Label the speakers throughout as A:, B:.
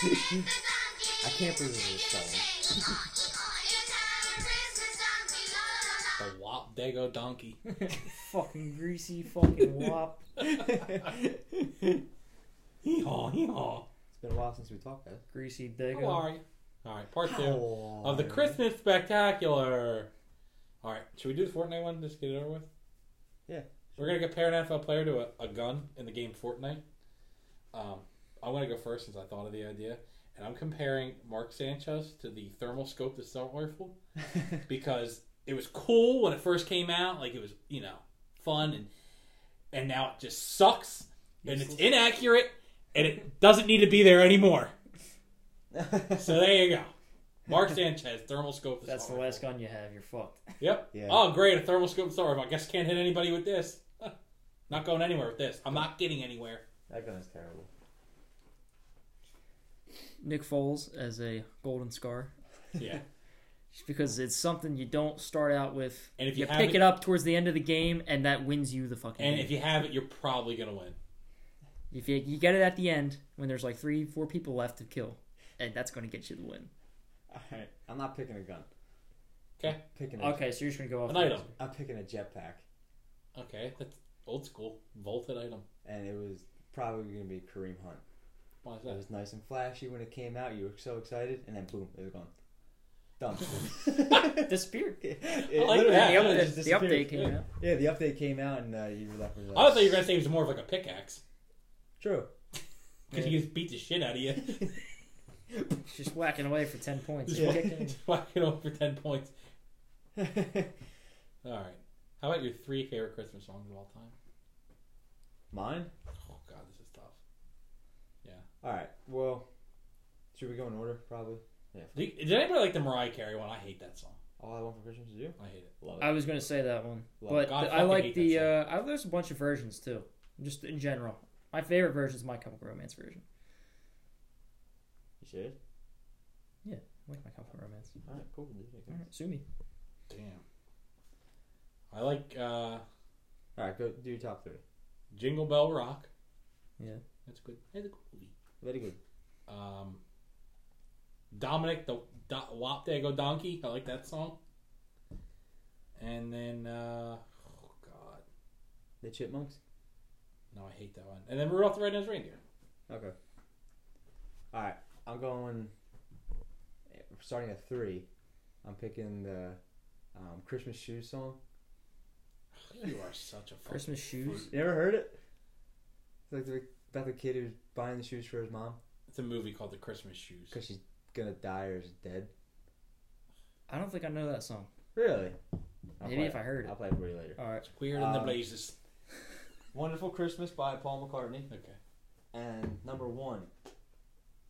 A: I can't believe this song.
B: The Wop Dago Donkey.
C: fucking greasy fucking wop.
B: Hee haw, hee haw.
A: It's been a while since we talked, guys.
C: greasy
B: How
C: dago.
B: are you? Alright, part two
A: Ow.
B: of the Christmas Spectacular. Alright, should we do the Fortnite one? Just get it over with?
A: Yeah.
B: We're going to compare an NFL player to a, a gun in the game Fortnite. Um, I'm going to go first since I thought of the idea. And I'm comparing Mark Sanchez to the thermal scope assault rifle. because it was cool when it first came out. Like it was, you know, fun and and now it just sucks and it's
C: Useless.
B: inaccurate and it doesn't need to be there anymore. So there you go. Mark Sanchez thermal scope.
C: That's the
B: assault
C: last
B: rifle.
C: gun you have. You're fucked.
B: Yep.
A: Yeah.
B: Oh, great, a thermal scope assault rifle. I guess can't hit anybody with this. not going anywhere with this. I'm not getting anywhere.
A: That gun is terrible.
C: Nick Foles as a golden scar.
B: Yeah.
C: Just because it's something you don't start out with.
B: And if you
C: you,
B: have
C: pick
B: it-
C: it, up towards the end of the game, and that wins you the fucking
B: and
C: game.
B: if you have it, you're probably gonna win.
C: If you, you get it at the end when there's like three, four people left to kill, and that's going to get you the win.
A: Alright. I'm not picking a gun.
B: 'Kay.
A: Picking a,
C: Okay, so you're just going to go off.
B: An
C: the-
B: item.
A: I'm picking a jetpack.
B: Okay, that's old school. Vaulted item.
A: And it was probably going to be Kareem Hunt.
B: Why is
A: It
B: that?
A: was nice and flashy when it came out. You were so excited. And then boom, it was gone. Done.
C: Disappeared.
A: It
B: like
A: literally-
B: that.
C: the,
B: it
C: update,
A: just
C: the
A: disappeared.
C: update came out.
A: Yeah, the update came out and uh, you were left with
B: I
A: like,
B: thought you were gonna say it was more of like a pickaxe.
A: True.
B: Because he just beat the shit out of you.
C: Just whacking away for 10 points.
B: Just
A: Yeah.
C: Kicking.
B: Just walking over for 10 points. All right. How about your three favorite Christmas songs of all time?
A: Mine?
B: Oh, God, this is tough.
A: Alright. Well, should we go in order? Probably.
B: Do you- Did anybody like the Mariah Carey one? I hate that song.
A: All I want for Christmas is you?
B: I hate it.
A: Love
C: I was gonna say that one,
A: Love
C: but
B: it. God,
C: the-
B: I
C: I
B: fucking
C: like
B: hate
C: the.
B: that
C: Uh, I, there's a bunch of versions too, just in general. My favorite version is My Chemical Romance version.
A: You should?
C: I like My Chemical Romance.
A: Alright, cool.
C: All right, sue me.
B: Damn. I like uh,
A: Alright, go do your top three.
B: Jingle Bell Rock.
C: Yeah.
B: That's good. That's a good movie.
A: Very good.
B: Um, Dominic the Do- Wop Dago Donkey. I like that song. And then, uh, oh, God.
A: The Chipmunks?
B: No, I hate that one. And then Rudolph the Red-Nosed Reindeer.
A: Okay. Alright, I'm going. Starting at three, I'm picking the um, Christmas Shoes song.
B: You are such a fucking
C: Christmas shoes.
A: You ever heard it? It's like the, about the kid who's buying the shoes for his mom
B: It's a movie called The Christmas Shoes.
A: because she's gonna die or is dead.
C: I don't think I know that song.
A: Really? I'll
C: Maybe
A: play
C: if I heard it.
A: I'll play it for you later.
C: All right.
B: It's weird in the
A: Um,
B: blazes.
A: Wonderful Christmas by Paul McCartney.
B: Okay.
A: And number one,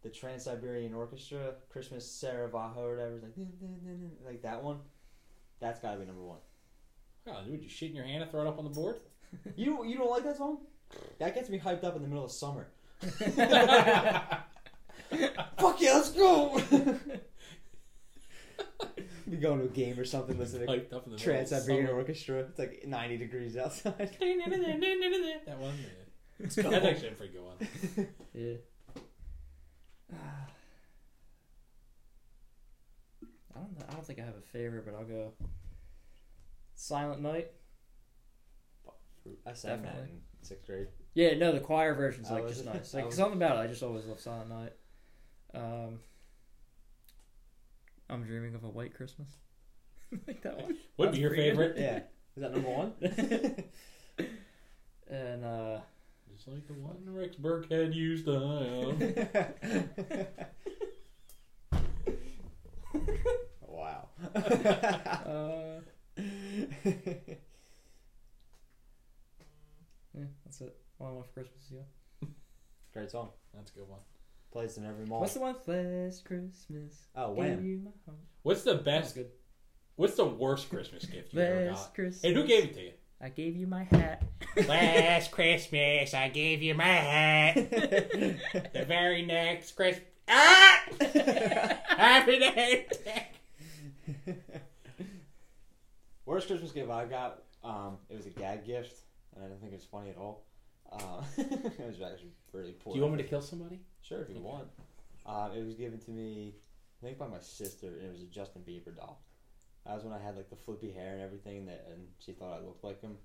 A: the Trans Siberian Orchestra, Christmas Saravajo or whatever, it's like, dun, dun, dun, dun, like that one. That's gotta be number one.
B: God, would you shit in your hand and throw it up on the board?
A: You don't, you don't like that song? That gets me hyped up in the middle of summer. Fuck yeah, let's go! Be going to a game or something, listening to
B: Like, up in the middle of
A: Trans
B: the
A: Siberian
B: summer.
A: Orchestra. It's like 90 degrees outside.
B: that one. Yeah. That's actually a pretty good one.
C: Yeah. I don't. Know, I don't think I have a favorite, but I'll go. Silent Night.
A: I sang that
C: Definitely.
A: in sixth grade.
C: Yeah, no, the choir version's
A: I
C: like
A: was-
C: just nice.
A: I
C: Like
A: was-
C: something about it, I just always love Silent Night. Um, I'm dreaming of a white Christmas. like that one.
B: Would be your
C: pretty good.
B: favorite.
A: Yeah. Is that number one?
C: And uh,
B: Just like the one Rex Burkhead used to have.
A: wow.
C: uh, yeah, that's it. All I want for Christmas is you.
A: Great song.
B: That's a good one.
A: Plays in every mall.
C: What's the one last Christmas?
A: Oh,
C: gave
A: Wham.
C: you my heart?
B: What's the
C: That's
B: best?
C: good.
B: What's the worst Christmas gift you ever
C: Last
B: got?
C: Christmas.
B: And who gave it to you?
C: I gave you my hat.
B: Last Christmas, I gave you my hat. The very next Christmas. Ah! Happy day.
A: Worst Christmas gift I got, um, it was a gag gift, and I didn't think it was funny at all. Uh, it was actually really poor.
B: Do you want me to kill somebody?
A: Sure, if you
B: Okay.
A: want. Um, it was given to me, I think, by my sister, and it was a Justin Bieber doll. That was when I had like the flippy hair and everything, that and she thought I looked like him,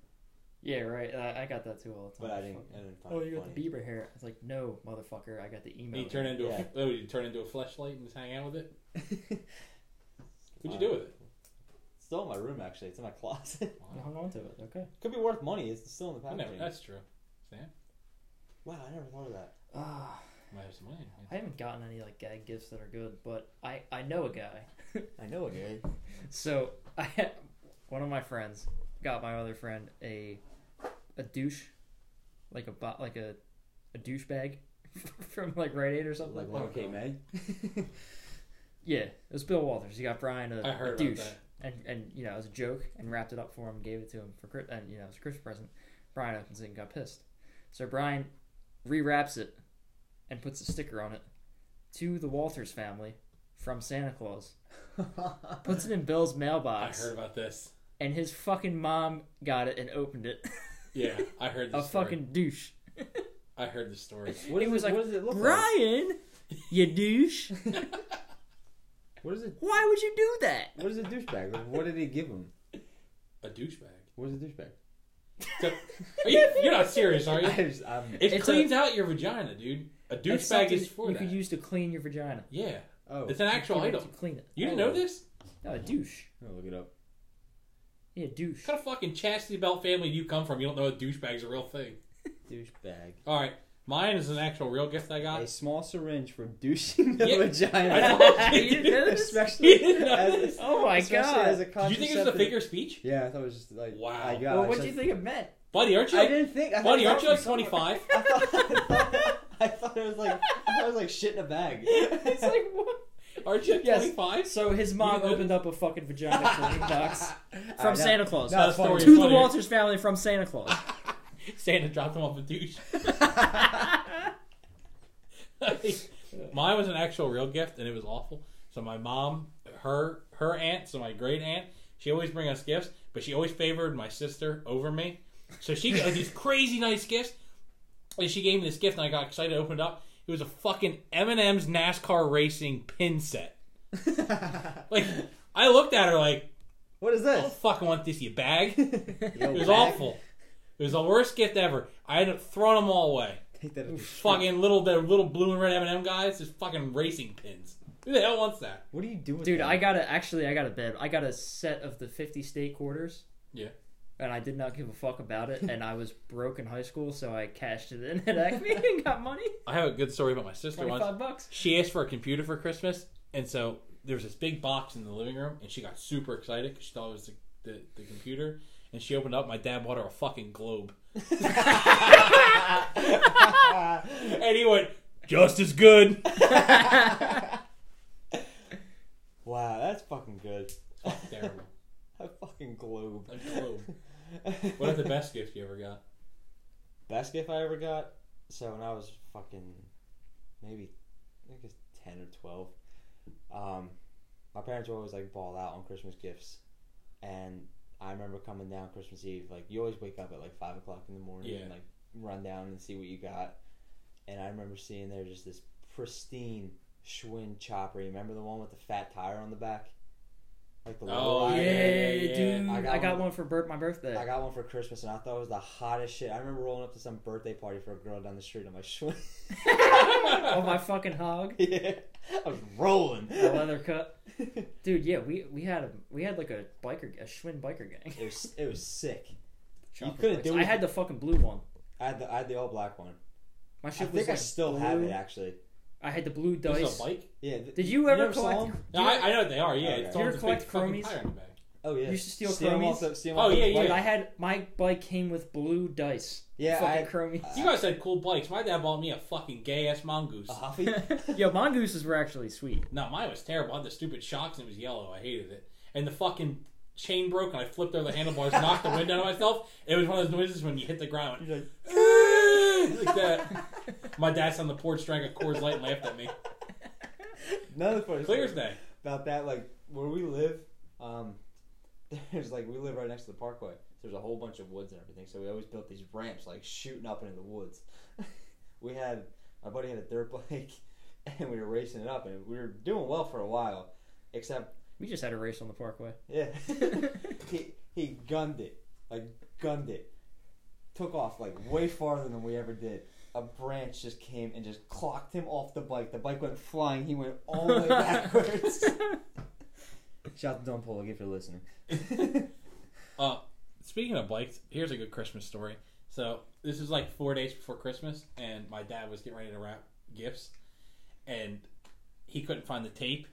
C: Yeah, right. I, I got that too all the time.
A: but I didn't. I didn't find
C: oh,
A: it
C: you got
A: funny.
C: the Bieber hair. It's like, no, motherfucker, I got the emo.
B: You turn into
A: Yeah.
B: a oh, you turn into a flashlight and just hang out with it.
C: it.
B: What'd you do with it?
A: It's still in my room actually. It's in my closet.
C: I hung on to it. Okay.
A: Could be worth money. It's still in the
B: I
A: packaging.
B: never, that's true. Sam,
A: Wow, I never thought of that.
C: Ah.
B: might have some money.
C: I haven't gotten any like gag gifts that are good, but I I know a guy.
A: I know a guy.
C: So I had, one of my friends got my other friend a a douche, like a bo- like a a douche bag from like Rite Aid or something
A: Like
C: like,
A: one okay, man.
C: that. yeah, it was Bill Walters. He got Brian a,
B: I
C: a
B: heard about
C: douche,
B: that.
C: and and you know it was a joke, and wrapped it up for him, gave it to him for Chris, and you know it was a Christmas present. Brian opens it and got pissed, so Brian rewraps it and puts a sticker on it to the Walters family from Santa Claus puts it in Bill's
B: I
C: mailbox,
B: heard about this.
C: and his fucking mom got it and opened it.
B: Yeah, I heard the
C: a
B: story.
C: fucking douche.
B: I heard the story.
A: What
C: He
A: is
C: was
A: it,
C: like,
A: what does it look like?
C: Brian, you douche.
A: What is it?
C: Why would you do that?
A: What is a douchebag? Like, what did he give him?
B: A douchebag.
A: What is a douchebag?
B: So- Are you, you're not serious, are you?
A: I just, I'm,
B: It
C: It's
B: cleans out your vagina, dude. A
C: It's
B: douchebag
C: something
B: is for
C: you
B: that.
C: could use to clean your vagina.
B: yeah,
A: oh,
B: it's an actual
C: You could Oh.
B: item.
C: to clean it.
B: You didn't know this?
C: No, a douche.
A: I'll look it up.
C: Yeah, douche.
B: What kind of fucking chastity belt family you come from? You don't know a douchebag's a real thing.
A: Douchebag.
B: All right, mine is an actual real gift I
A: A
B: got.
A: small syringe for douching the
B: Uh, Yeah.
A: vagina.
B: I
C: You didn't know this?
A: especially
B: You didn't know
A: as
B: this?
A: a,
C: Oh my
A: especially
C: God.
A: as a
B: Did you think it was a
A: contraceptive.
B: figure of speech,
A: Yeah, I thought it was just like
B: Wow.
A: I got.
C: well,
A: I
C: what do you
A: said-
C: think it meant?
B: buddy? Aren't you?
A: I
B: Like,
A: didn't think. I thought
B: buddy,
A: it
B: aren't
A: was
B: you like
A: somewhere.
B: twenty five?
A: I thought, I thought it was like I thought it was like shit in a bag.
C: it's like what?
B: Aren't you
C: Yes.
B: twenty five?
C: So his mom
B: didn't know
C: opened up a fucking vagina for him, Docs.
D: From
A: Alright,
D: Santa Claus.
A: now it's
B: That story
A: funny.
D: to the
B: funny.
D: Walters family from Santa Claus.
B: Santa dropped him off a douche. Mine was an actual real gift, and it was awful. So my mom, her her aunt, so my great aunt, she always bring us gifts, but she always favored my sister over me. So she got these crazy nice gifts, and she gave me this gift, and I got excited, opened it up. It was a fucking M and M's NASCAR racing pin set. Like I looked at her like,
A: what is
B: I don't
A: this?
B: fucking want this, you bag. It
A: Yo,
B: was
A: bag.
B: awful. It was the worst gift ever. I ended up throwing them all away.
A: Take that. as a-
B: Fucking little the little blue and red M and M guys, just fucking racing pins. Who the hell wants that?
A: What do you do with
C: Dude,
A: that?
C: I got a actually I got a bib. I got a set of the fifty state quarters.
B: Yeah.
C: And I did not give a fuck about it, and I was broke in high school, so I cashed it in at Acme and got money.
B: I have a good story about my sister
C: Twenty
B: once.
C: five bucks.
B: She asked for a computer for Christmas, and so there was this big box in the living room, and she got super excited because she thought it was the, the, the computer. And she opened it up. My dad bought her a fucking globe, and he went just as good.
A: wow, that's fucking good.
B: Fuck, terrible.
A: A fucking globe.
B: A globe. What if the best gift you ever got?
A: best gift I ever got. So when I was fucking maybe I think it's ten or twelve, um, my parents were always like ball out on Christmas gifts, and I remember coming down Christmas Eve. Like you always wake up at like five o'clock in the morning
B: Yeah.
A: and like run down and see what you got. And I remember seeing there just this pristine Schwinn chopper. You remember the one with the fat tire on the back, like the
B: Oh,
A: logo
C: Yeah,
A: eye?
B: yeah, yeah.
C: dude. I
A: I
C: got,
A: got
C: one.
A: one.
C: for bir- my birthday.
A: I got one for Christmas and I thought it was the hottest shit. I remember rolling up to some birthday party for a girl down the street. and I'm like, Schwinn.
C: oh my fucking hog.
A: yeah. I was rolling.
C: The leather cup.
A: it
C: Dude, yeah, we we had a we had like a biker a Schwinn biker gang.
A: was it was sick.
C: Chopper
A: couldn't
C: flicks.
A: do
C: I
A: it.
C: had the fucking blue one.
A: I had the I had the all black one.
C: My
A: I
C: shit was
A: think I
C: like
A: still
C: blue.
A: have it actually.
C: I had the blue
B: This
C: dice.
B: is a bike.
A: Yeah. th-
C: Did you ever
A: ever saw
C: collect?
A: 'em?
C: do
B: No,
C: you-
B: I, I know what they are. Yeah,
A: Okay.
B: it's
A: Do
C: you ever
B: on the big
C: collect
B: fucking
C: chromies?
B: tire in the back.
A: Oh yeah.
C: You used to steal
A: See 'em
C: chromies?
A: off the- see 'em
B: Oh,
A: off the
B: yeah, yeah.
A: bike.
C: Dude, I had my bike came with blue dice.
A: Yeah,
C: fucking
A: I- uh,
C: chromies.
B: You guys had cool bikes. My dad bought me a fucking gay ass mongoose.
A: A huffy.
D: Yo, mongooses were actually sweet.
B: No, mine was terrible. I had the stupid shocks and it was yellow. I hated it. And the fucking chain broke and I flipped over the handlebars, knocked the wind out of myself. It was one of those noises when you hit the ground.
A: You're like,
B: like, like that. My dad's on the porch drank a Coors Light and laughed at me.
A: another funny
B: Clear
A: story
B: as day.
A: about that. Like where we live, um, there's like we live right next to the parkway. There's a whole bunch of woods and everything, so we always built these ramps like shooting up into the woods. we had my buddy had a dirt bike. and we were racing it up, and we were doing well for a while, except
C: We just had a race on the parkway.
A: yeah, he he gunned it, like gunned it, took off like way farther than we ever did. A branch just came and just clocked him off the bike. The bike went flying. He went all the way backwards. Shout out to Don Paul again for listening.
B: Uh, speaking of bikes, here's a good Christmas story. So this is like four days before Christmas, and my dad was getting ready to wrap gifts, and he couldn't find the tape,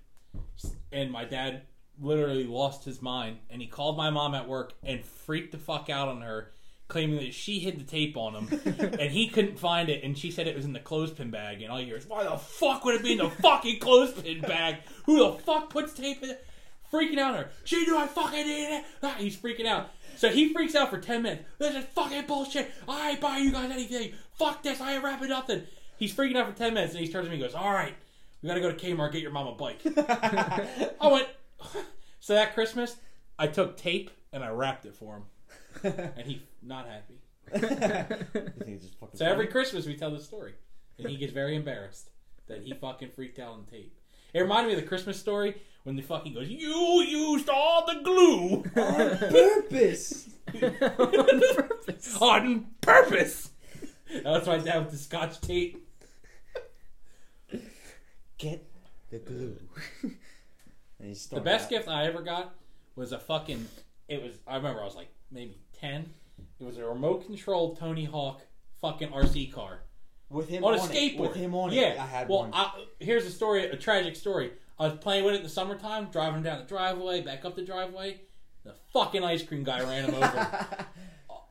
B: and my dad literally lost his mind, and he called my mom at work and freaked the fuck out on her, claiming that she hid the tape on him, and he couldn't find it, and she said it was in the clothespin bag, and all you hear is, "Why the fuck would it be in the fucking clothespin bag? Who the fuck puts tape in?" freaking out on her. She knew I fucking did it. Ah, he's freaking out. So he freaks out for 10 minutes. This is fucking bullshit. I ain't buying you guys anything. Fuck this. I ain't wrapping nothing. He's freaking out for 10 minutes and he turns to me and goes, All right, we gotta go to Kmart, get your mom a bike. I went, So that Christmas, I took tape and I wrapped it for him. And he not happy.
A: You think it's just fucking
B: So every Christmas we tell this story, and he gets very embarrassed that he fucking freaked out on tape. It reminded me of the Christmas story when the fucking goes, "You used all the glue
A: on purpose.
B: on purpose." on purpose. That's my dad with the Scotch tape.
A: Get the glue. and he's
B: The best gift I ever got was a fucking. It was. I remember I was like maybe ten. It was a remote control Tony Hawk fucking RC car.
A: with him
B: on,
A: on,
B: a
A: it,
B: skateboard.
A: with him on
B: yeah.
A: it. I had
B: well,
A: one.
B: I, here's a story, a tragic story. I was playing with it in the summertime, driving down the driveway, back up the driveway. The fucking ice cream guy ran him over.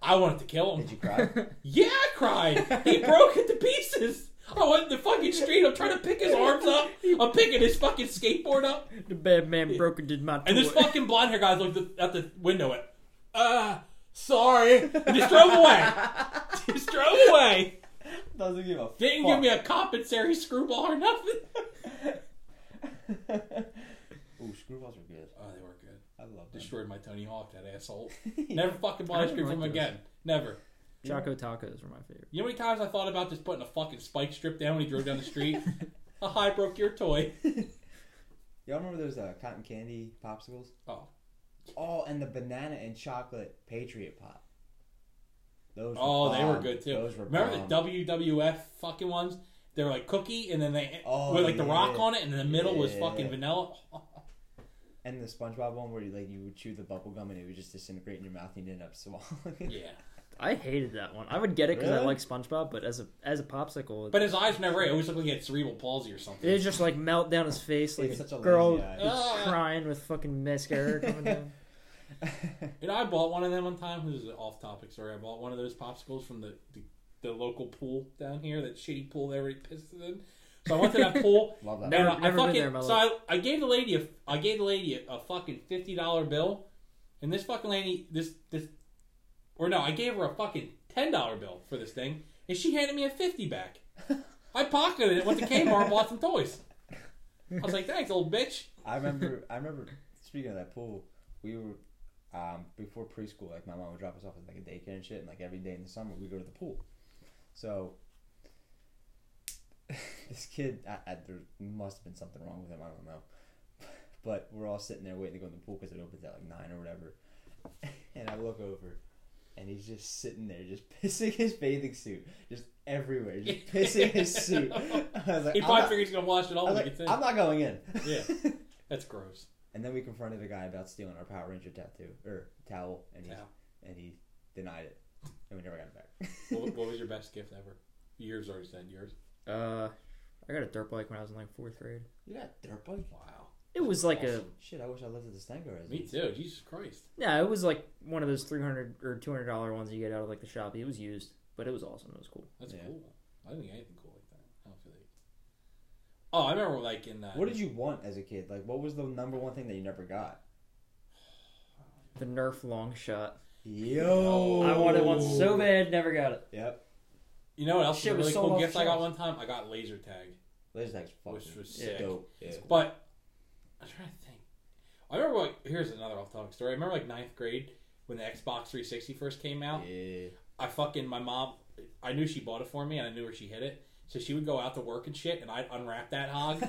B: I wanted to kill him.
A: Did you cry?
B: Yeah, I cried. He broke it to pieces. I went in the fucking street. I'm trying to pick his arms up. I'm picking his fucking skateboard up.
C: The bad man broke into my
B: And this fucking blonde hair guy looked out the window at, uh, sorry. And just drove away. just drove away.
A: Doesn't give a
B: Didn't give me a compensatory screwball or nothing.
A: Ooh, screwballs are good.
B: Oh, they were good.
A: I love them.
B: Destroyed my Tony Hawk, that asshole. Never fucking buy ice cream
C: like
B: from him
C: those.
B: again. Never.
C: Choco tacos were my favorite.
B: You know how many times I thought about just putting a fucking spike strip down when he drove down the street? Haha, I broke your toy.
A: Y'all remember those uh, cotton candy popsicles?
B: Oh.
A: Oh, and the banana and chocolate Patriot pop. Those.
B: Oh,
A: were
B: they were
A: bomb.
B: good too.
A: Those were
B: Remember
A: bomb.
B: the WWF fucking ones? They were like cookie and then they
A: Oh,
B: with like the rock
A: yeah.
B: on it and in the middle was
A: Yeah.
B: fucking vanilla.
A: and the SpongeBob one where you, like you would chew the bubble gum and it would just disintegrate in your mouth and you ended up swallowing. it.
B: yeah.
C: I hated that one. I would get it because I
A: Really?
C: like SpongeBob, but as a as a popsicle, it,
B: But his eyes never it always looked like he had cerebral palsy or something.
C: it would just like melt down his face, like
A: It's
C: a
A: such a
C: girl
A: lazy eye.
C: is
B: Ah.
C: crying with fucking mascara coming down.
B: And I bought one of them one time. This is an off-topic story. I bought one of those popsicles from the, the, the local pool down here, that shitty pool that everybody pisses in. So I went to that pool.
A: Love that.
C: Never-
B: and I,
C: never
B: I
C: been
B: fucking,
C: there in my
B: So I, I gave the lady a I gave the lady a, a fucking fifty dollar bill, and this fucking lady this this or no, I gave her a fucking ten dollar bill for this thing, and she handed me a fifty back. I pocketed it, went to Kmart, and bought some toys. I was like, "Thanks, old bitch."
A: I remember. I remember. Speaking of that pool, we were um, before preschool. Like my mom would drop us off at like a daycare and shit, and like every day in the summer we go to the pool. So this kid, I, I, there must have been something wrong with him. I don't know. But we're all sitting there waiting to go in the pool because it opens at like nine or whatever. And I look over, and he's just sitting there, just pissing his bathing suit, just everywhere, just pissing his suit. I was like,
B: He probably
A: I'm not-
B: figured he's gonna wash it all
A: I was
B: when he
A: like,
B: gets in.
A: I'm not going in.
B: Yeah. That's gross.
A: And then we confronted a guy about stealing our Power Ranger tattoo or towel, and he
B: Towel.
A: and he denied it, and we never got it back.
B: what, what was your best gift ever? Yours already said yours.
C: Uh, I got a dirt bike when I was in like fourth grade.
A: You got a dirt bike?
B: Wow.
C: It was like a
B: Awesome.
A: Shit, I wish I lived at the Stango residence.
B: Me too. Jesus Christ.
C: yeah, it was like one of those three hundred or two hundred dollar ones you get out of like the shop. It was used, but it was awesome. It was cool.
B: That's
A: Yeah.
B: cool. I didn't get anything cool like that. I don't feel like. Oh, I remember like in. Uh,
A: What did you want as a kid? Like, what was the number one thing that you never got?
C: The Nerf long shot.
A: Yo,
C: I wanted one so bad, never got it.
A: Yep,
B: You know what else?
C: Shit was
B: was a really
C: so
B: cool
C: off
B: gift I got
C: shelves.
B: one time. I got laser tag,
A: laser tag's fucking
B: which was
C: Yeah.
B: sick.
A: dope. Yeah.
B: But I'm trying to think. I remember like here's another off-topic story. I remember like ninth grade when the Xbox 360 first came out.
A: yeah.
B: I fucking my mom. I knew she bought it for me, and I knew where she hid it. So she would go out to work and shit, and I'd unwrap that hog,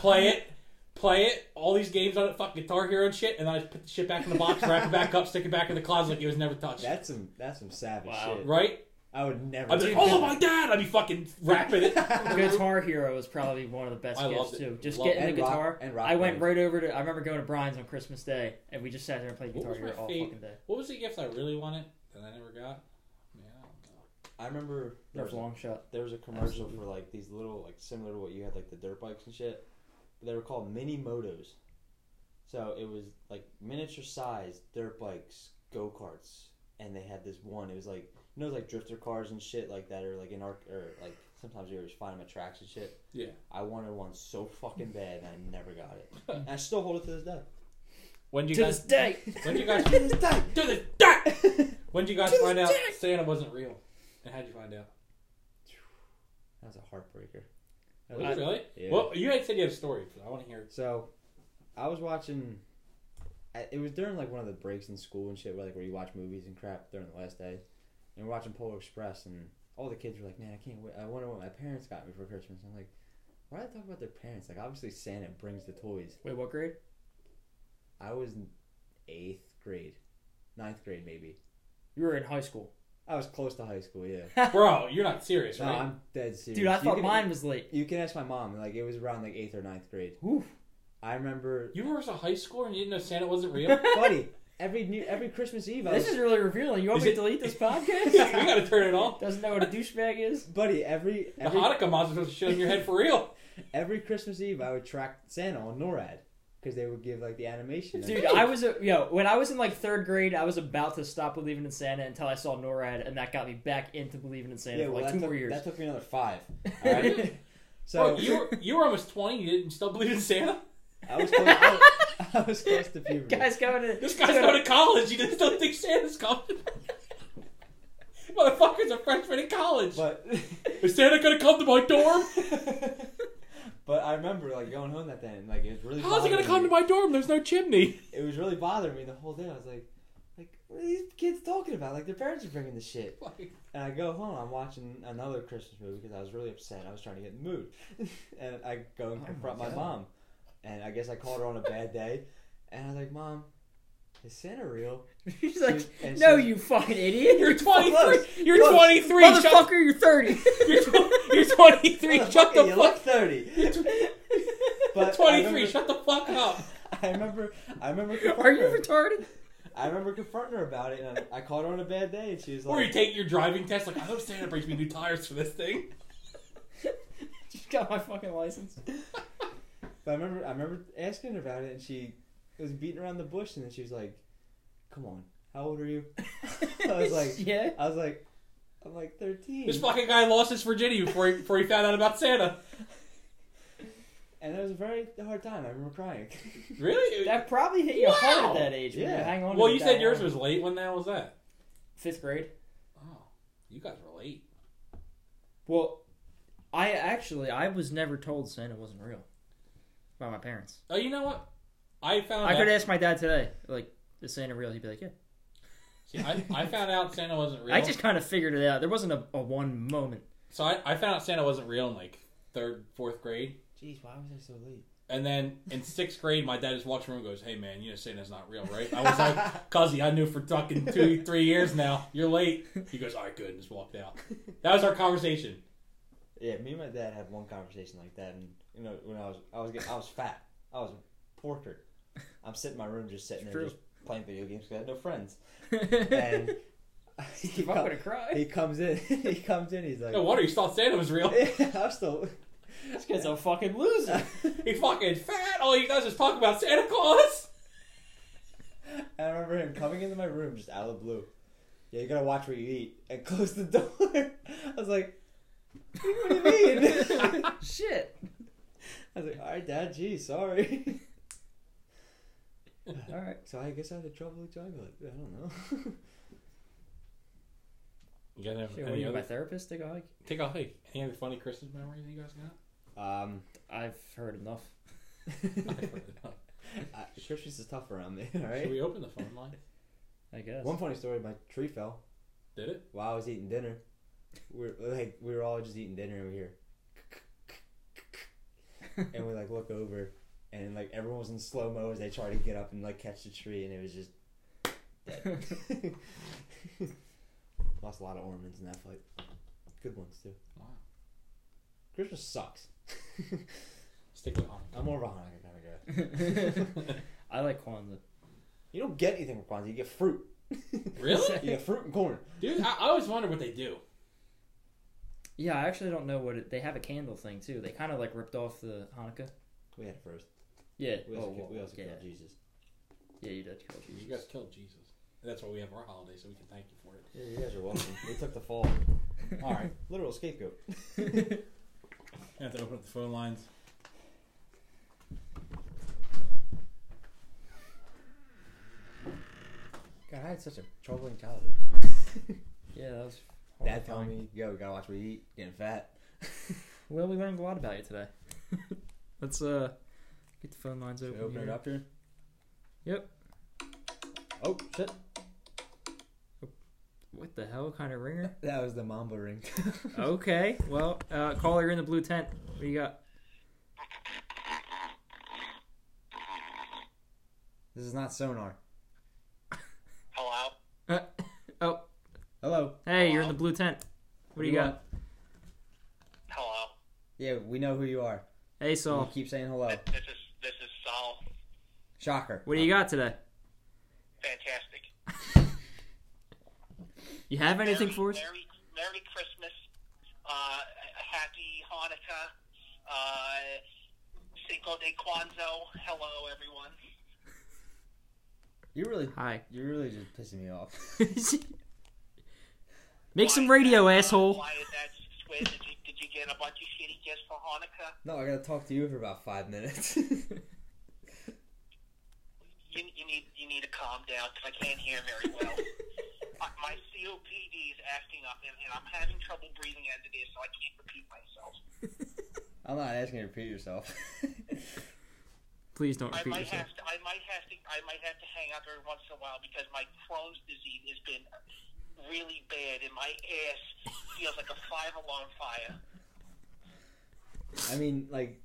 B: play it, play it, all these games on it, fucking Guitar Hero and shit, and then I'd put the shit back in the box, wrap it back up, stick it back in the closet like it was never touched.
A: That's some that's some savage
C: Wow.
A: shit.
B: right?
A: I would never.
B: I'd be like, oh my dad! I'd be fucking wrapping it.
C: Guitar Hero was probably one of the best
B: I loved
C: gifts
B: it.
C: too. Just
B: Loved
C: getting the
A: And rock-
C: guitar.
A: and rock
C: I went
A: band.
C: right over to. I remember going to Brian's on Christmas Day, and we just sat there and played
B: What
C: Guitar
B: was my
C: Hero all
B: fav-
C: fucking day.
B: What was the gift I really wanted that I never got? Man, I don't know.
A: I remember there
C: There's
A: was,
C: a long shot.
A: there was a commercial for like these little like similar to what you had like the dirt bikes and shit. But they were called mini motos. So it was like miniature sized dirt bikes, go karts, and they had this one. It was like you know like drifter cars and shit like that, or like in arc or like sometimes you always find them at tracks and shit.
B: Yeah.
A: I wanted one so fucking bad, and I never got it. And I still hold it to this day.
B: When did
C: to
B: you guys?
C: this day,
B: When did you guys?
A: to this day.
B: do this die? When did you guys
A: To
B: find
A: this
B: out
A: day.
B: Santa wasn't real? And how'd you find out?
A: That was a heartbreaker.
C: I-
B: Was it really?
A: Yeah.
B: Well, you had said you had a story, but I want to hear it.
A: So, I was watching. I- It was during like one of the breaks in school and shit, where like where you watch movies and crap during the last day, and we're watching Polar Express, and all the kids were like, "Man, I can't wait! I wonder what my parents got me for Christmas." I'm like, "Why do they talk about their parents? Like, obviously Santa brings the toys."
C: wait, what grade?
A: I was in eighth grade, ninth grade maybe.
C: You were in high school,
A: I was close to high school, yeah.
B: Bro, you're not serious,
A: No,
B: right?
A: I'm dead serious.
C: dude. I
A: You
C: thought
A: can-
C: mine was late.
A: You can ask my mom. Like, it was around like eighth or ninth grade.
C: Oof.
A: I remember,
B: you were a high schooler and you didn't know Santa wasn't real?
A: buddy. Every new, every Christmas Eve, I was
C: This is really revealing. You want
B: Is
C: me to
B: it-
C: delete this
B: we
C: podcast?
B: gotta turn it off.
C: Doesn't know what a douchebag is.
A: Buddy, every
B: The
A: every,
B: Hanukkah monster was showing your head for real.
A: every Christmas Eve, I would track Santa on NORAD because they would give like the animation.
C: Dude, I was a yo. When I was in like third grade, I was about to stop believing in Santa until I saw NORAD, and that got me back into believing in Santa
A: yeah,
C: for
A: well,
C: like
A: that
C: two
A: took,
C: more years.
A: That took me another five. All right, so
B: Bro, you were, you were almost 20, you didn't still believe in Santa?
A: I was close, I, I was close to puberty.
C: Guys, going to
B: This guy's going to college, you didn't still think Santa's coming? Motherfucker's a freshman in college.
A: but
B: Is Santa gonna come to my dorm?
A: but I remember like going home that day, and like it was really.
B: How's he gonna
A: bothering
B: come
A: me.
B: to my dorm? There's no chimney.
A: It was really bothering me the whole day. I was like, like what are these kids talking about? Like their parents are bringing this shit. And I go home. I'm watching another Christmas movie because I was really upset. I was trying to get in the mood, and I go and
C: Oh
A: confront
C: my
A: my,
C: God.
A: mom. And I guess I called her on a bad day, and I was like, "Mom, is Santa real?"
C: He's like,
A: And
C: no,
A: she's-
C: you fucking idiot.
B: You're 23.
A: Close.
B: You're
A: Close.
B: 23. Shut,
C: Motherfucker, you're 30.
B: you're, tw- you're 23. Shut
A: Motherfucker,
B: the
A: you
B: fuck.
A: look thirty. But I
B: 23.
A: remember-
B: Shut the fuck up.
A: I remember. I remember.
C: Are
A: Confronting
C: you
A: her.
C: retarded?
A: I remember confronting her about it, and I called her on a bad day, and she was
B: Or you
A: like,
B: take your driving test. Like I hope Santa brings me new tires for this thing.
C: Just got my fucking license.
A: But I remember. I remember asking her about it, and she was beating around the bush, and then she was like, "Come on, how old are you?" I was like,
C: yeah.
A: I was like, I'm like thirteen.
B: This fucking guy lost his virginity before he, before he found out about Santa.
A: And it was a very hard time. I remember crying.
B: Really?
C: That probably hit you
B: Wow.
C: hard at that age. Yeah.
A: Yeah.
C: hang on. to
B: well,
C: it
B: you
C: that
B: said yours
C: long.
B: was late. When the hell was that?
C: fifth grade.
B: Oh, you guys were late.
C: Well, I actually I was never told Santa wasn't real by my parents.
B: Oh, you know what? I found
C: I
B: out.
C: could ask my dad today, like, is Santa real? He'd be like, yeah.
B: See, I, I found out Santa wasn't real.
C: I just kind of figured it out. There wasn't a, a one moment.
B: So I, I found out Santa wasn't real in like third, fourth grade.
A: Jeez, why was I so late?
B: And then in sixth grade, my dad just walks in the room and goes, Hey man, you know Santa's not real, right? I was like, Cuzzy, I knew for fucking two, three years now. You're late. He goes, All right, good, and just walked out. That was our conversation.
A: Yeah, me and my dad had one conversation like that, and you know when I was I was getting, I was fat, I was a porker. I'm sitting in my room just sitting
C: It's
A: there
C: true.
A: just playing video games because I had no friends. And
C: if
A: he,
C: I
A: come-
C: would have cried. Oh,
A: he comes in, he comes in, he's like,
B: No wonder you thought Santa was real.
A: yeah, I'm still.
C: This kid's a fucking loser.
B: He fucking fat. All he does is talk about Santa Claus.
A: I remember him coming into my room just out of the blue. Yeah, you gotta watch what you eat and close the door. I was like, what do you mean?
C: Shit.
A: I was like, all right, Dad, gee, sorry.
C: All right.
A: So I guess I had trouble with chocolate. I don't know.
B: You guys have
C: Shit, what do
B: any
C: you, my
B: other,
C: therapist? Take a hike.
B: take a hike. Any other funny Christmas memories you guys got?
A: Um,
C: I've heard enough.
A: uh, Christmas is tough around me. All
B: Should
A: right.
B: we open the phone line?
C: I guess.
A: One funny story: my tree fell
B: Did it?
A: while I was eating dinner. We're like we were all just eating dinner over here, and we like look over, and like everyone was in slow mo as they tried to get up and like catch the tree, and it was just dead. Lost a lot of ornaments in that fight. Good ones too.
B: Wow.
A: Christmas sucks.
B: Stick with Hanukkah.
A: I'm more of a Hanukkah kind of guy.
C: I like Kwanzaa.
A: You don't get anything with Kwanzaa. You get fruit.
B: Really?
A: You get fruit and corn.
B: Dude, I, I always wonder what they do.
C: Yeah, I actually don't know what it. They have a candle thing too. They kind of like ripped off the Hanukkah.
A: We had it first.
C: Yeah.
A: We also,
C: Oh,
A: killed,
C: well,
A: we also
C: yeah.
A: killed Jesus.
C: Yeah, you did kill
B: You
C: Jesus.
B: guys killed Jesus. And that's why we have our holiday, so we can thank you for it.
A: Yeah, you guys are welcome. we took the fall.
B: All right.
A: Literal scapegoat.
B: I have to open up the phone lines.
A: God, I had such a troubling childhood.
C: Yeah, that was.
A: Dad
C: horrifying.
A: telling me, yo, gotta watch what you eat, getting fat.
C: Well, we learned a lot about you today. Let's uh get the phone lines
A: Should
C: open.
A: we open
C: here.
A: it up here?
C: Yep.
A: Oh, shit.
C: What the hell kind of ringer?
A: That was the Mamba ring.
C: okay. Well, uh, caller, you're in the blue tent. What do you got?
A: This is not sonar.
E: Hello?
C: Uh, oh,
A: Hello.
C: hey, you're in the blue tent. What do you got?
A: want?
E: Hello?
A: Yeah, we know who you are.
C: Hey,
A: You
C: Saul.
A: keep saying hello.
E: Th- This is this is Saul.
A: Shocker.
C: What do you got today?
E: Fantastic.
C: You have anything
E: Merry-
C: for us?
E: Merry, Merry Christmas. Uh, a- happy Hanukkah. Uh, Cinco de Kwanzaa. Hello, everyone.
A: You're really,
C: Hi.
A: you're really just pissing me off.
C: Make
E: Why
C: some
E: is
C: radio,
E: that-
C: asshole.
E: Why is that squid? Did you, did you get a bunch of shitty gifts for Hanukkah?
A: no, I gotta talk to you for about five minutes.
E: You, you need you need to calm down because I can't hear very well. Uh, My COPD is acting up, and, and I'm having trouble breathing into this, so I can't repeat myself.
A: I'm not asking you to repeat yourself.
C: Please don't
E: I
C: repeat
E: might
C: yourself.
E: have to. I might have to. I might have to hang out every once in a while because my Crohn's disease has been really bad, and my ass feels like a five-alarm fire.
A: I mean, like,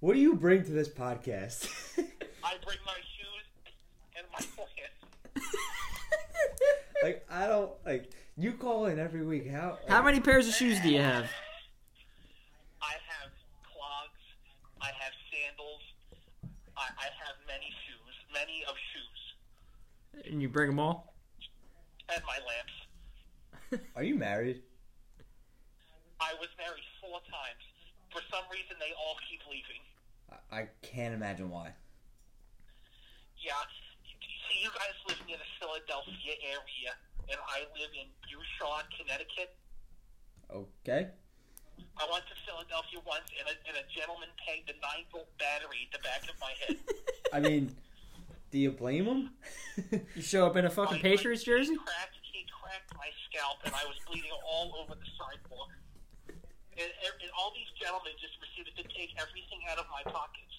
A: what do you bring to this podcast?
E: I bring my shoes and my plants.
A: like, I don't like. You call in every week. How?
D: How many pairs of shoes do you have?
E: I have clogs. I have sandals. I, I have many shoes, many of shoes,
D: And you bring them all?
E: and my lamps.
A: Are you married?
E: I was married four times. For some reason, they all keep leaving.
A: I, I can't imagine why.
E: Yeah. See, you guys live near the Philadelphia area, and I live in Beauchamp, Connecticut.
A: Okay.
E: I went to Philadelphia once, and a, and a gentleman pegged a 9 volt battery at the back of my head.
A: I mean, do you blame him?
C: You show up in a
E: My-
C: fucking
E: my-
C: Patriots jersey?
E: He cracked, he cracked my scalp, and I was bleeding all over the sidewalk. And, and- and all these gentlemen just proceeded to take everything out of my pockets.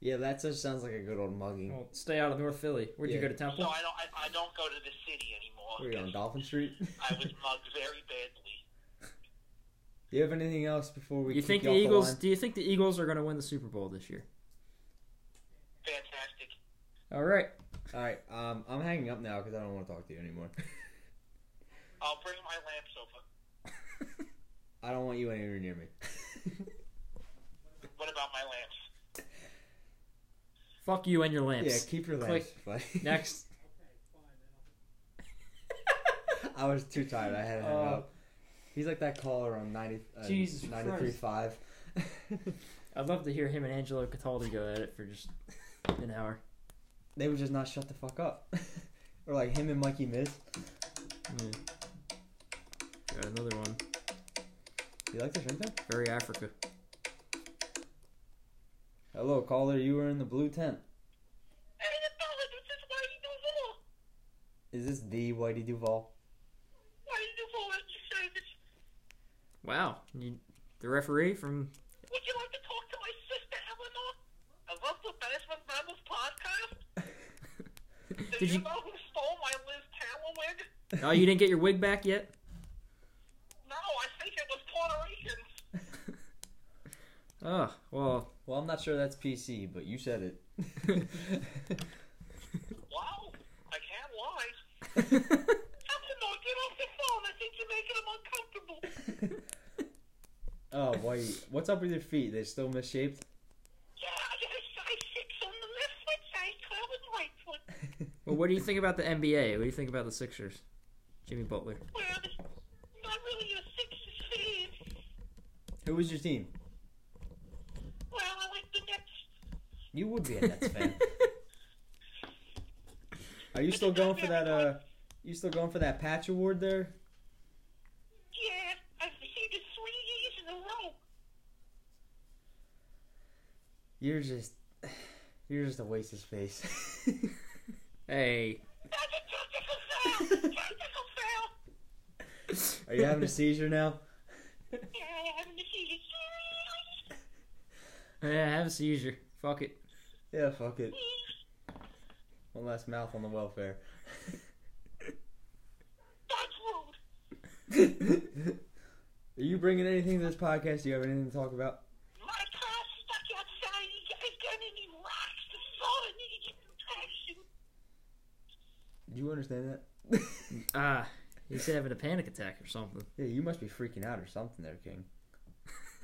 A: yeah, that just sounds like a good old mugging.
C: Well, stay out of North Philly. Where'd you
A: Yeah.
C: go to
E: So
C: Temple?
E: I don't, I, I don't go to the city anymore.
A: What are you on
E: 'cause
A: Dolphin Street?
E: I was mugged very badly.
A: Do you have anything else before we?
C: You
A: kick
C: think the
A: off
C: Eagles?
A: line?
C: Do you think the Eagles are going to win the Super Bowl this year?
E: Fantastic.
C: All right.
A: All right, um, I'm hanging up now because I don't want to talk to you anymore.
E: I'll bring my lamps over.
A: I don't want you anywhere near me.
E: What about my lamps?
C: Fuck you and your
A: Yeah,
C: lamps.
A: keep your lamps.
C: Click.
A: buddy.
C: Next.
A: I was too tired. I had to hang
C: Oh.
A: up. He's like that caller on ninety. Uh,
C: Jesus
A: ninety-three five.
C: I'd love to hear him and Angelo Cataldi go at it for just an hour.
A: they would just not shut the fuck up, or like him and Mikey Miz.
C: Got another one.
A: You like this ringtone?
C: Very Africa.
A: Hello, caller. You were in the blue tent.
E: this is why you do more.
A: Is this the Whitey Duval?
E: Why you do more at your service?
C: Wow. You, the referee from.
E: Would you like to talk to my sister, Eleanor? I love the Basement Mamas podcast. Do
C: Did
E: you,
C: you-
E: know who stole my Liz Taylor wig?
C: Oh, you didn't get your wig back yet?
E: No, I think it was Puerto Ricans.
C: Oh, well,
A: Well, I'm not sure that's PC, but you said it.
E: Wow, I can't lie.
C: I
E: Eleanor, get off the phone. I think you're making him uncomfortable.
A: Oh, why? What's up with your feet? They still misshaped?
E: Yeah, I got a size six on the left foot, size twelve on the right foot.
C: well, what do you think about the NBA? What do you think about the Sixers? Jimmy Butler.
E: Well, I'm not really a Sixers fan.
A: Who was your team?
E: Well, I like the Nets.
A: You would be a Nets fan. Are you still going for that? Uh, you still going for that patch award there?
E: Yeah, I've received it three years in a row.
A: You're just, you're just a waste of space.
C: Hey.
E: That's a technical foul. Technical foul.
A: Are you having a seizure now?
E: Yeah, I haven't received it.
C: Yeah, have a seizure. Fuck it.
A: Yeah, fuck it. One last mouth on the welfare.
E: That's rude.
A: Are you bringing anything to this podcast? Do you have anything to talk about?
E: My car's stuck outside. He got a gun and he rocks the floor and he gets traction.
A: Do you understand that?
C: Ah, he's having a panic attack or something.
A: yeah, you must be freaking out or something there, King.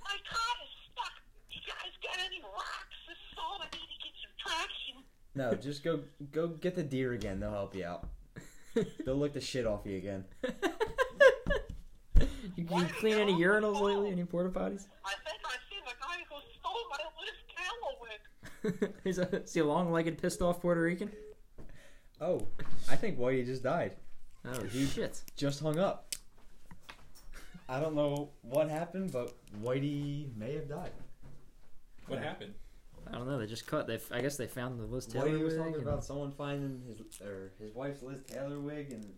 E: My car is stuck. You guys got any rocks or salt? I need to get some traction.
A: No, just go go get the deer again. They'll help you out. They'll lick the shit off you again.
C: You, you clean any urinals lately? Any porta potties?
E: I think I see the guy who stole my Liz Calloway.
C: is, a, is he a long-legged, pissed-off Puerto Rican?
A: Oh, I think Whitey just died.
C: Oh
A: Dude.
C: shit!
A: Just hung up. I don't know what happened, but Whitey may have died.
B: What happened?
C: I don't know. They just cut. They I guess they found the Liz Taylor.
A: Whitey was
C: wig
A: talking
C: and-
A: about someone finding his or his wife's Liz Taylor wig, and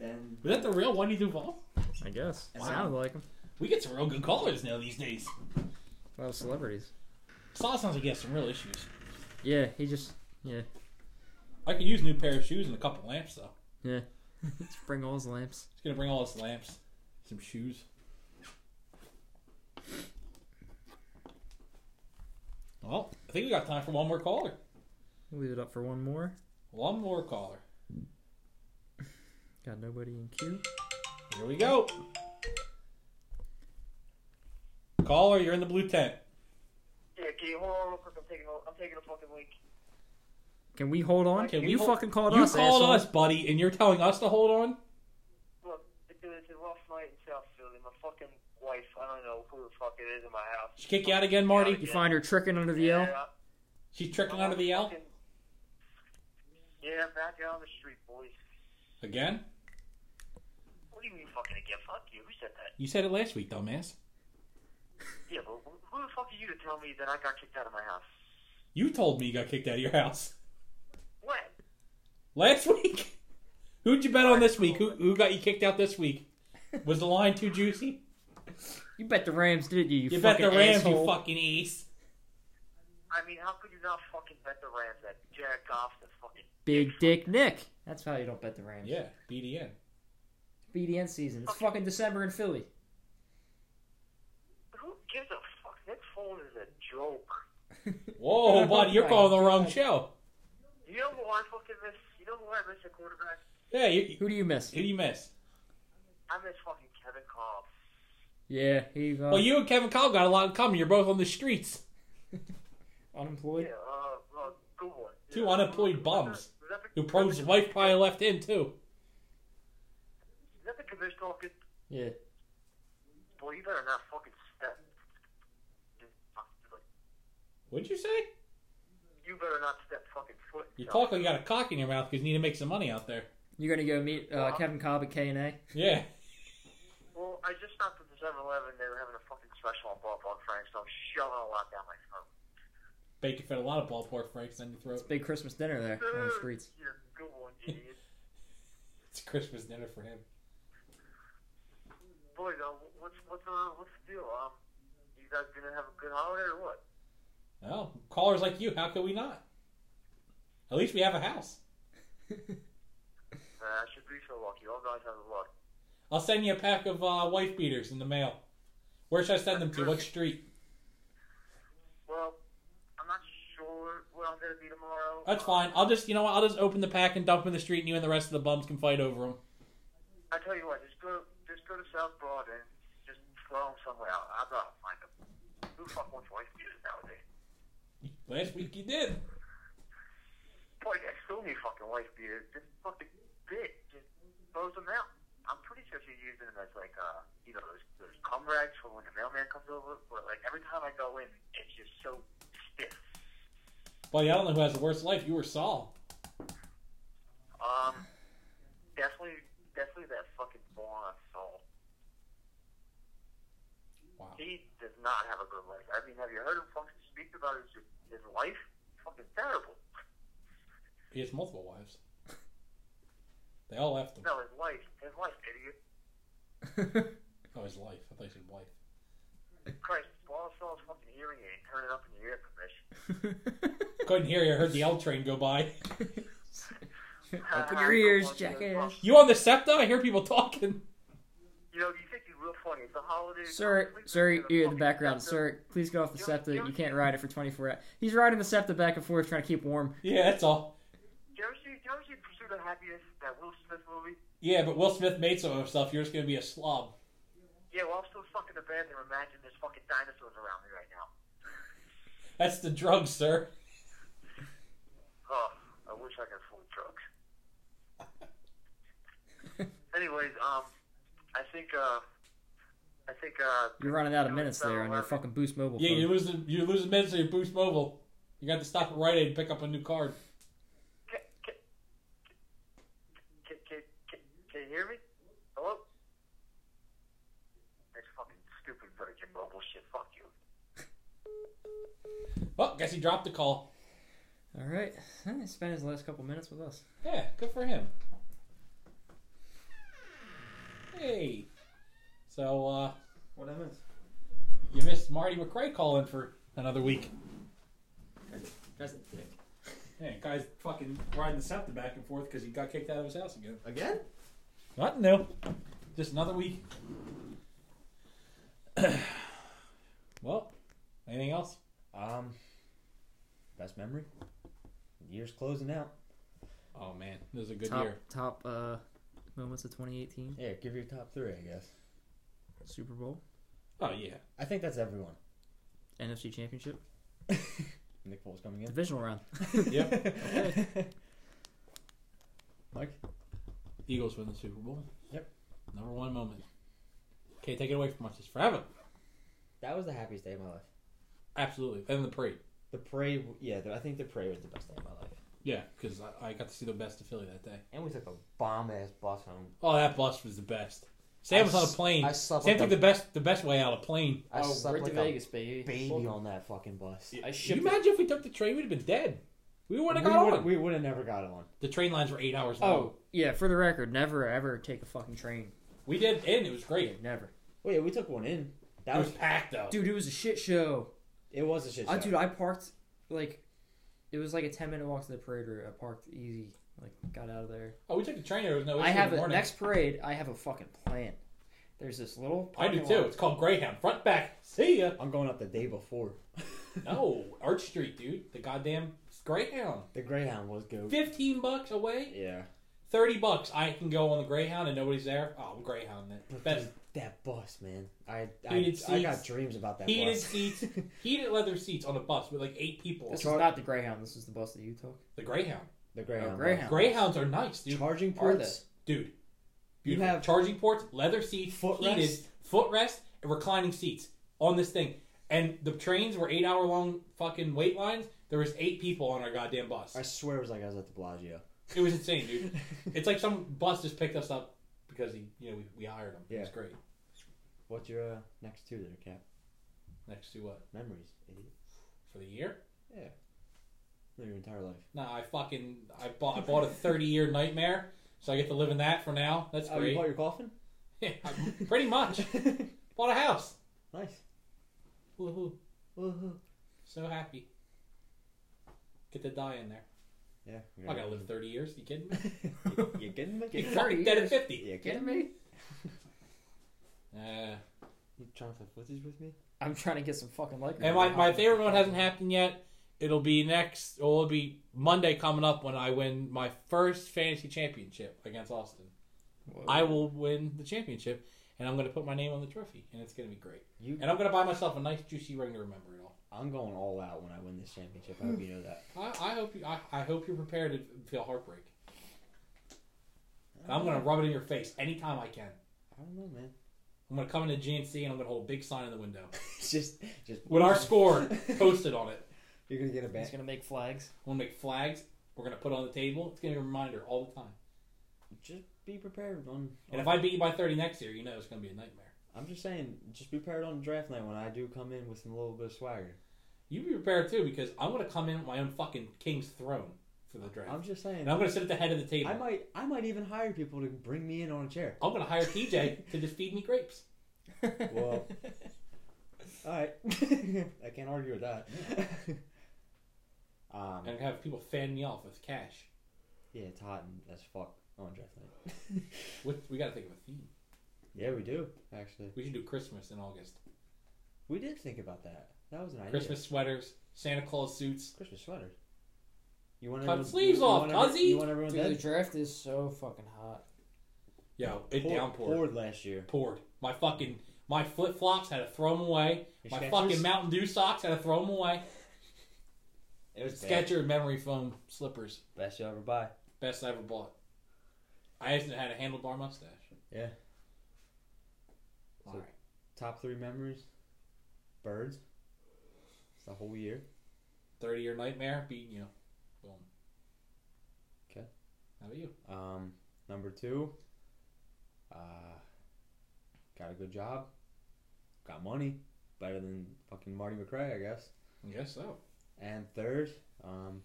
A: then
B: Was that the real Wendy Duval?
C: I guess. It
A: Wow.
C: Sounded like him.
B: We get some real good callers now these days.
C: A lot of celebrities.
B: Saw sounds like he has some real issues.
C: Yeah, he just yeah
B: I could use a new pair of shoes and a couple lamps though.
C: yeah. just bring all his lamps.
B: He's gonna bring all his lamps, some shoes. Well, I think we got time for one more caller.
C: We'll leave it up for one more.
B: One more caller.
C: Got nobody in queue.
B: Here we go. Caller, you're in the blue tent.
E: Yeah, can you hold on real quick? I'm taking a, I'm taking a fucking leak.
C: Can we hold on?
B: Can we
C: you
B: hold-
C: fucking called
B: you
C: us.
B: called
C: asshole.
B: us, buddy, and you're telling us to hold on?
E: Look, it's a, it's a rough night in South Philly. My fucking wife, I don't know who the fuck it is in my house.
B: She kick you out again, Marty?
C: You find her tricking under the L.
E: Yeah,
B: She's tricking out of the L?
E: fucking- Yeah, back out on the street, boys.
B: Again?
E: What do you mean fucking again? Fuck you. Who said that?
B: You said it last week, dumbass.
E: Yeah, but who who the fuck are you to tell me that I got kicked out of my house?
B: You told me you got kicked out of your house.
E: When?
B: Last week? Who'd you bet on this week? Who, who got you kicked out this week? Was the line too juicy?
C: You bet the Rams, didn't you? You,
B: You bet
C: fucking
B: the Rams,
C: asshole.
B: you fucking ace.
E: I mean, how could you not fucking bet the Rams that Jared Goff the fucking
C: Big Dick Nick.
F: That's how you don't bet the Rams.
B: Yeah, BDN.
C: BDN season. It's fucking December in Philly.
E: Who gives a fuck? Nick Foles is a joke.
B: Whoa, buddy, you're calling the wrong show.
E: You know who I fucking miss? You know who I miss at quarterback?
B: Yeah, you,
C: Who do you miss?
B: who do you miss?
E: I miss fucking Kevin Cobb.
C: Yeah, he's uh,
B: Well, you and Kevin Cobb got a lot in common. You're both on the streets.
C: unemployed.
E: Yeah, uh, uh, good one.
B: Two unemployed bums.
E: Was that the-
B: Your pro's wife probably left in, too.
E: Is that the commissioner talking?
C: Yeah.
E: Boy, you better not fucking step.
B: What'd you say?
E: You better not step fucking foot.
B: You
E: No.
B: talk like you got a cock in your mouth because you need to make some money out there.
C: You're gonna go meet uh, Kevin Cobb at K and A.
B: Yeah.
E: Well, I just stopped at the 7 Eleven. They were having a fucking special on Ballpark Frank, so I'm shoving a lot down my throat.
B: Bacon fed a lot of ballpark franks down your throat.
C: Big Christmas dinner there on the streets.
E: You're a good one, idiot.
B: It's Christmas dinner for him.
E: Boy, though, what's, what's, uh, what's the deal? Um, you guys gonna have a good holiday or what?
B: Well, callers like you, how could we not? At least we have a house.
E: Man, I should be so lucky. All guys have the luck.
B: I'll send you a pack of uh, wife beaters in the mail. Where should I send them to? What street?
E: Well, I'm not sure what I'm gonna do tomorrow.
B: That's fine. I'll just, you know what? I'll just open the pack and dump 'em in the street, and you and the rest of the bums can fight over them.
E: I tell you what, just go, just go to South Broad and just throw them somewhere. I'll, I'll go out and find them. Who the fuck wants voice music nowadays?
B: Last week you did.
E: Boy, I still need fucking wife beater. This fucking bit just throws them out. I'm pretty sure she's using them as like, uh, you know, those, those cum rags for when the mailman comes over. But like every time I go in, it's just so stiff.
B: Buddy, I don't know who has the worst life. You or Saul?
E: Um, definitely, definitely that fucking moron soul.
B: Wow.
E: He does not have a good life. I mean, have you heard him fucking speak about his his life? Fucking terrible.
B: He has multiple wives. They all left him.
E: No, his life, his life, idiot.
B: Oh, his life. I thought he said wife.
E: Christ, Paul Saul's fucking hearing aid. Turn it up in the air commission.
B: Couldn't hear you. I heard the L train go by.
D: Open your ears, jackass.
B: You on the SEPTA? I hear people talking.
E: You know, you think you're real funny. It's a holiday.
D: Sir,
E: Please
D: sir,
E: listen to
D: you in the
E: fucking
D: background.
E: Santa.
D: Sir, please get off the septa. You can't ride it for 24 hours. He's riding the septa back and forth trying to keep warm.
B: Yeah, that's all.
E: Did you ever see, did you ever see Pursuit of Happiness, that Will Smith movie?
B: Yeah, but Will Smith made some of himself. You're just gonna be a slob.
E: Yeah, well, I'm still stuck in the bathroom. Imagine there's fucking dinosaurs around me right now.
B: That's the drug, sir.
E: Oh, I wish I could afford drugs. Anyways, um, I think, uh, I think, uh,
D: You're running out of minutes there on your fucking Boost Mobile
B: Yeah, you're
D: phone.
B: losing. You're losing minutes on your Boost Mobile. You got to stop at Rite Aid and pick up a new card.
E: Can, can, can, can, can, can you hear me? Hello? That's fucking stupid Virgin Mobile shit. Fuck you.
B: Well, guess he dropped the call.
D: All right. He spent his last couple minutes with us.
B: Yeah, good for him. Hey, so uh,
G: What happens?
B: you missed Marty McRae calling for another week.
G: Guys,
B: Hey, guy's fucking riding the SEPTA back and forth because he got kicked out of his house again.
G: again?
B: Not new. Just another week. well, anything else?
A: Um, best memory. Year's closing out.
B: Oh man, this is a good
D: Top,
B: year.
D: top uh, moments of 2018
A: Yeah, give your top three, I guess.
D: Super Bowl,
B: Oh yeah.
A: I think that's everyone.
D: NFC Championship,
A: Nick Foles coming in.
D: divisional round.
B: Yep.
A: Okay. Mike.
B: Eagles win the Super Bowl.
A: Yep.
B: Number one moment. Okay, take it away from us. It's forever.
A: That was the happiest day of my life.
B: Absolutely. Then the parade.
A: The parade, yeah, the, I think the parade was the best day of my life.
B: Yeah, because I, I got to see the best of Philly that day.
A: And we took a bomb ass bus home.
B: Oh, that bus was the best. Sam
A: I
B: was on a
A: s-
B: plane.
A: I slept
B: Sam
A: like
B: took
A: a-
B: the best the best way out of plane.
A: I
C: oh,
A: slept
C: we're
A: like
C: to
A: a
C: Vegas, baby.
A: baby on that fucking bus.
C: I
B: Can
C: shipped
B: you imagine if we took the train, we'd have been dead. We would have
A: we
B: got
A: would,
B: on.
A: We would have never got on.
B: The train lines were eight hours long.
D: Oh, yeah, for the record, never ever take a fucking train.
B: We did, and it was great.
D: Never.
A: Wait, we took one in. That
B: It was
A: was
B: packed though.
D: Dude, it was a shit show.
A: it was a shit show.
D: I, dude, I parked like it was like a ten minute walk to the parade route. I parked easy, like got out of there.
B: Oh, we took the train. There was no.
D: I
B: issue in
D: have
B: the
D: a
B: morning.
D: next parade. I have a fucking plan. There's this little.
B: I do
D: parking
B: too.
D: lot-
B: It's called Greyhound. Front back. See ya.
A: I'm going up the day before.
B: No, Arch Street, dude. The goddamn Greyhound.
A: The Greyhound was go.
B: Fifteen bucks away.
A: Yeah.
B: Thirty bucks. I can go on the Greyhound and nobody's there. Oh, Greyhound then. Best.
A: That bus, man. I I,
B: Heated
A: I got
B: seats.
A: dreams about that
B: Heated
A: bus.
B: seats. Heated leather seats on a bus with like eight people.
D: This is not the Greyhound. This is the bus that you took.
B: The Greyhound.
A: the Greyhound.
D: Oh,
A: bus.
D: Greyhound.
B: Greyhounds are nice, dude.
A: Charging
D: Are they?
A: ports.
B: Dude.
A: You
B: Beautiful.
A: have-
B: charging ports, leather seats,
A: Footrest.
B: heated, footrest, and reclining seats on this thing. And the trains were eight hour long fucking wait lines. There was eight people on our goddamn bus.
A: I swear it was like I was at the Bellagio.
B: It was insane, dude. it's like some bus just picked us up because he, you know, we, we hired him. It was
A: Yeah.
B: great.
A: What's your uh, next two there, Cap?
B: Next to what?
A: Memories, idiot.
B: For the year?
A: Yeah. No, your entire life.
B: No, I fucking I bought I bought a thirty year nightmare, so I get to live in that for now. That's
A: Oh, you
B: great.
A: bought your coffin?
B: Yeah, pretty much bought a house.
A: nice.
B: Woohoo!
A: Woohoo.
B: So happy. Get to die in there.
A: Yeah.
B: I'm not gonna live 30 years. You kidding me?
A: you kidding me?
B: You're
D: Get 30
B: fucking dead at
D: years.
B: 50.
A: You
D: Kidding me?
B: Uh,
A: You trying to play footsies with me?
C: I'm trying to get some fucking liquor.
B: And my, my favorite one hasn't happened yet. It'll be next. Well, it'll be Monday coming up when I win my first fantasy championship against Austin.
C: Whoa.
B: I will win the championship, and I'm going to put my name on the trophy, and it's going to be great.
A: You-
B: And I'm going to buy myself a nice juicy ring to remember it all.
A: I'm going all out when I win this championship. I hope you know that.
B: I, I hope you. I, I hope you're prepared to feel heartbreak. And I'm going to rub it in your face anytime I can.
A: I don't know, man.
B: I'm going to come into GNC and I'm going to hold a big sign in the window
A: It's just, just
B: with our score posted on it.
A: You're gonna get a
C: He's
A: band.
C: gonna make flags.
B: We'll make flags. We're gonna put it on the table. It's gonna be a reminder all the time.
A: Just be prepared on.
B: And if I beat you by thirty next year, you know it's gonna be a nightmare.
A: I'm just saying, just be prepared on draft night when I do come in with a little bit of swagger.
B: You be prepared too, because I'm gonna come in with my own fucking king's throne for the draft,
A: I'm just saying.
B: and I'm gonna sit at the head of the table.
A: I
B: I'm,
A: might, I might even hire people to bring me in on a chair.
B: gonna hire TJ to just feed me grapes.
A: Well, all right, I can't argue with that. um,
B: And have people fan me off with cash.
A: yeah, it's hot and as fuck on draft night.
B: What, we gotta think of a theme.
A: yeah, we do actually.
B: We should do Christmas in August.
A: We did think about that. That was an idea.
B: Christmas sweaters, Santa Claus suits.
A: Christmas sweaters. You want
B: Cut
A: everyone-
B: sleeves
A: you
B: off,
A: want every-
B: cuzzy!
A: You want everyone
C: Dude,
A: dead?
C: the draft is so fucking hot.
B: Yo, it
A: Poured-
B: downpoured. Poured.
A: poured last year.
B: My fucking my flip flops had to throw them away.
A: Your
B: My
A: Skechers?
B: fucking Mountain Dew socks had to throw them away.
A: It was bad.
B: Sketcher memory foam slippers.
A: Best you ever buy.
B: Best I ever bought. I just had a handlebar mustache.
A: Yeah.
B: All right.
A: Top three memories. Birds. It's the whole year.
B: 30 year nightmare, beating you. Boom.
A: 'Kay.
B: How about you?
A: Um, number two. Uh, got a good job. Got money. Better than fucking Marty McRae, I guess.
B: I guess so.
A: And third, um,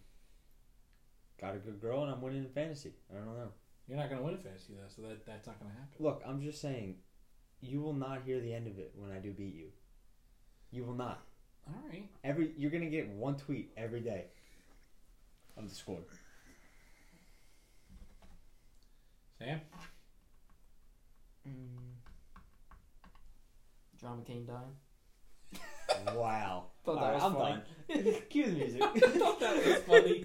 A: got a good girl and I'm winning in fantasy. I don't know.
B: You're not going to win a fantasy, though, so that, that's not going to happen.
A: Look, I'm just saying, you will not hear the end of it when I do beat you. You will not.
B: All right.
A: Every you're gonna get one tweet every day of the score.
B: Sam?
C: Mm. John McCain dying.
A: Wow.
C: Thought that
A: Alright,
C: was
A: I'm
C: funny.
A: done. Cue the music.
B: I thought that was funny.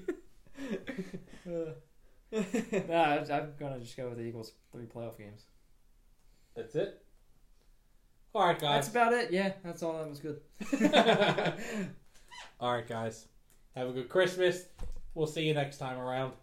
C: Nah, I'm, I'm gonna just go with the Eagles three playoff games.
B: That's it? All right,
C: That's
B: guys.
C: about it. Yeah, that's all. That was good.
B: all right, guys. Have a good Christmas. We'll see you next time around.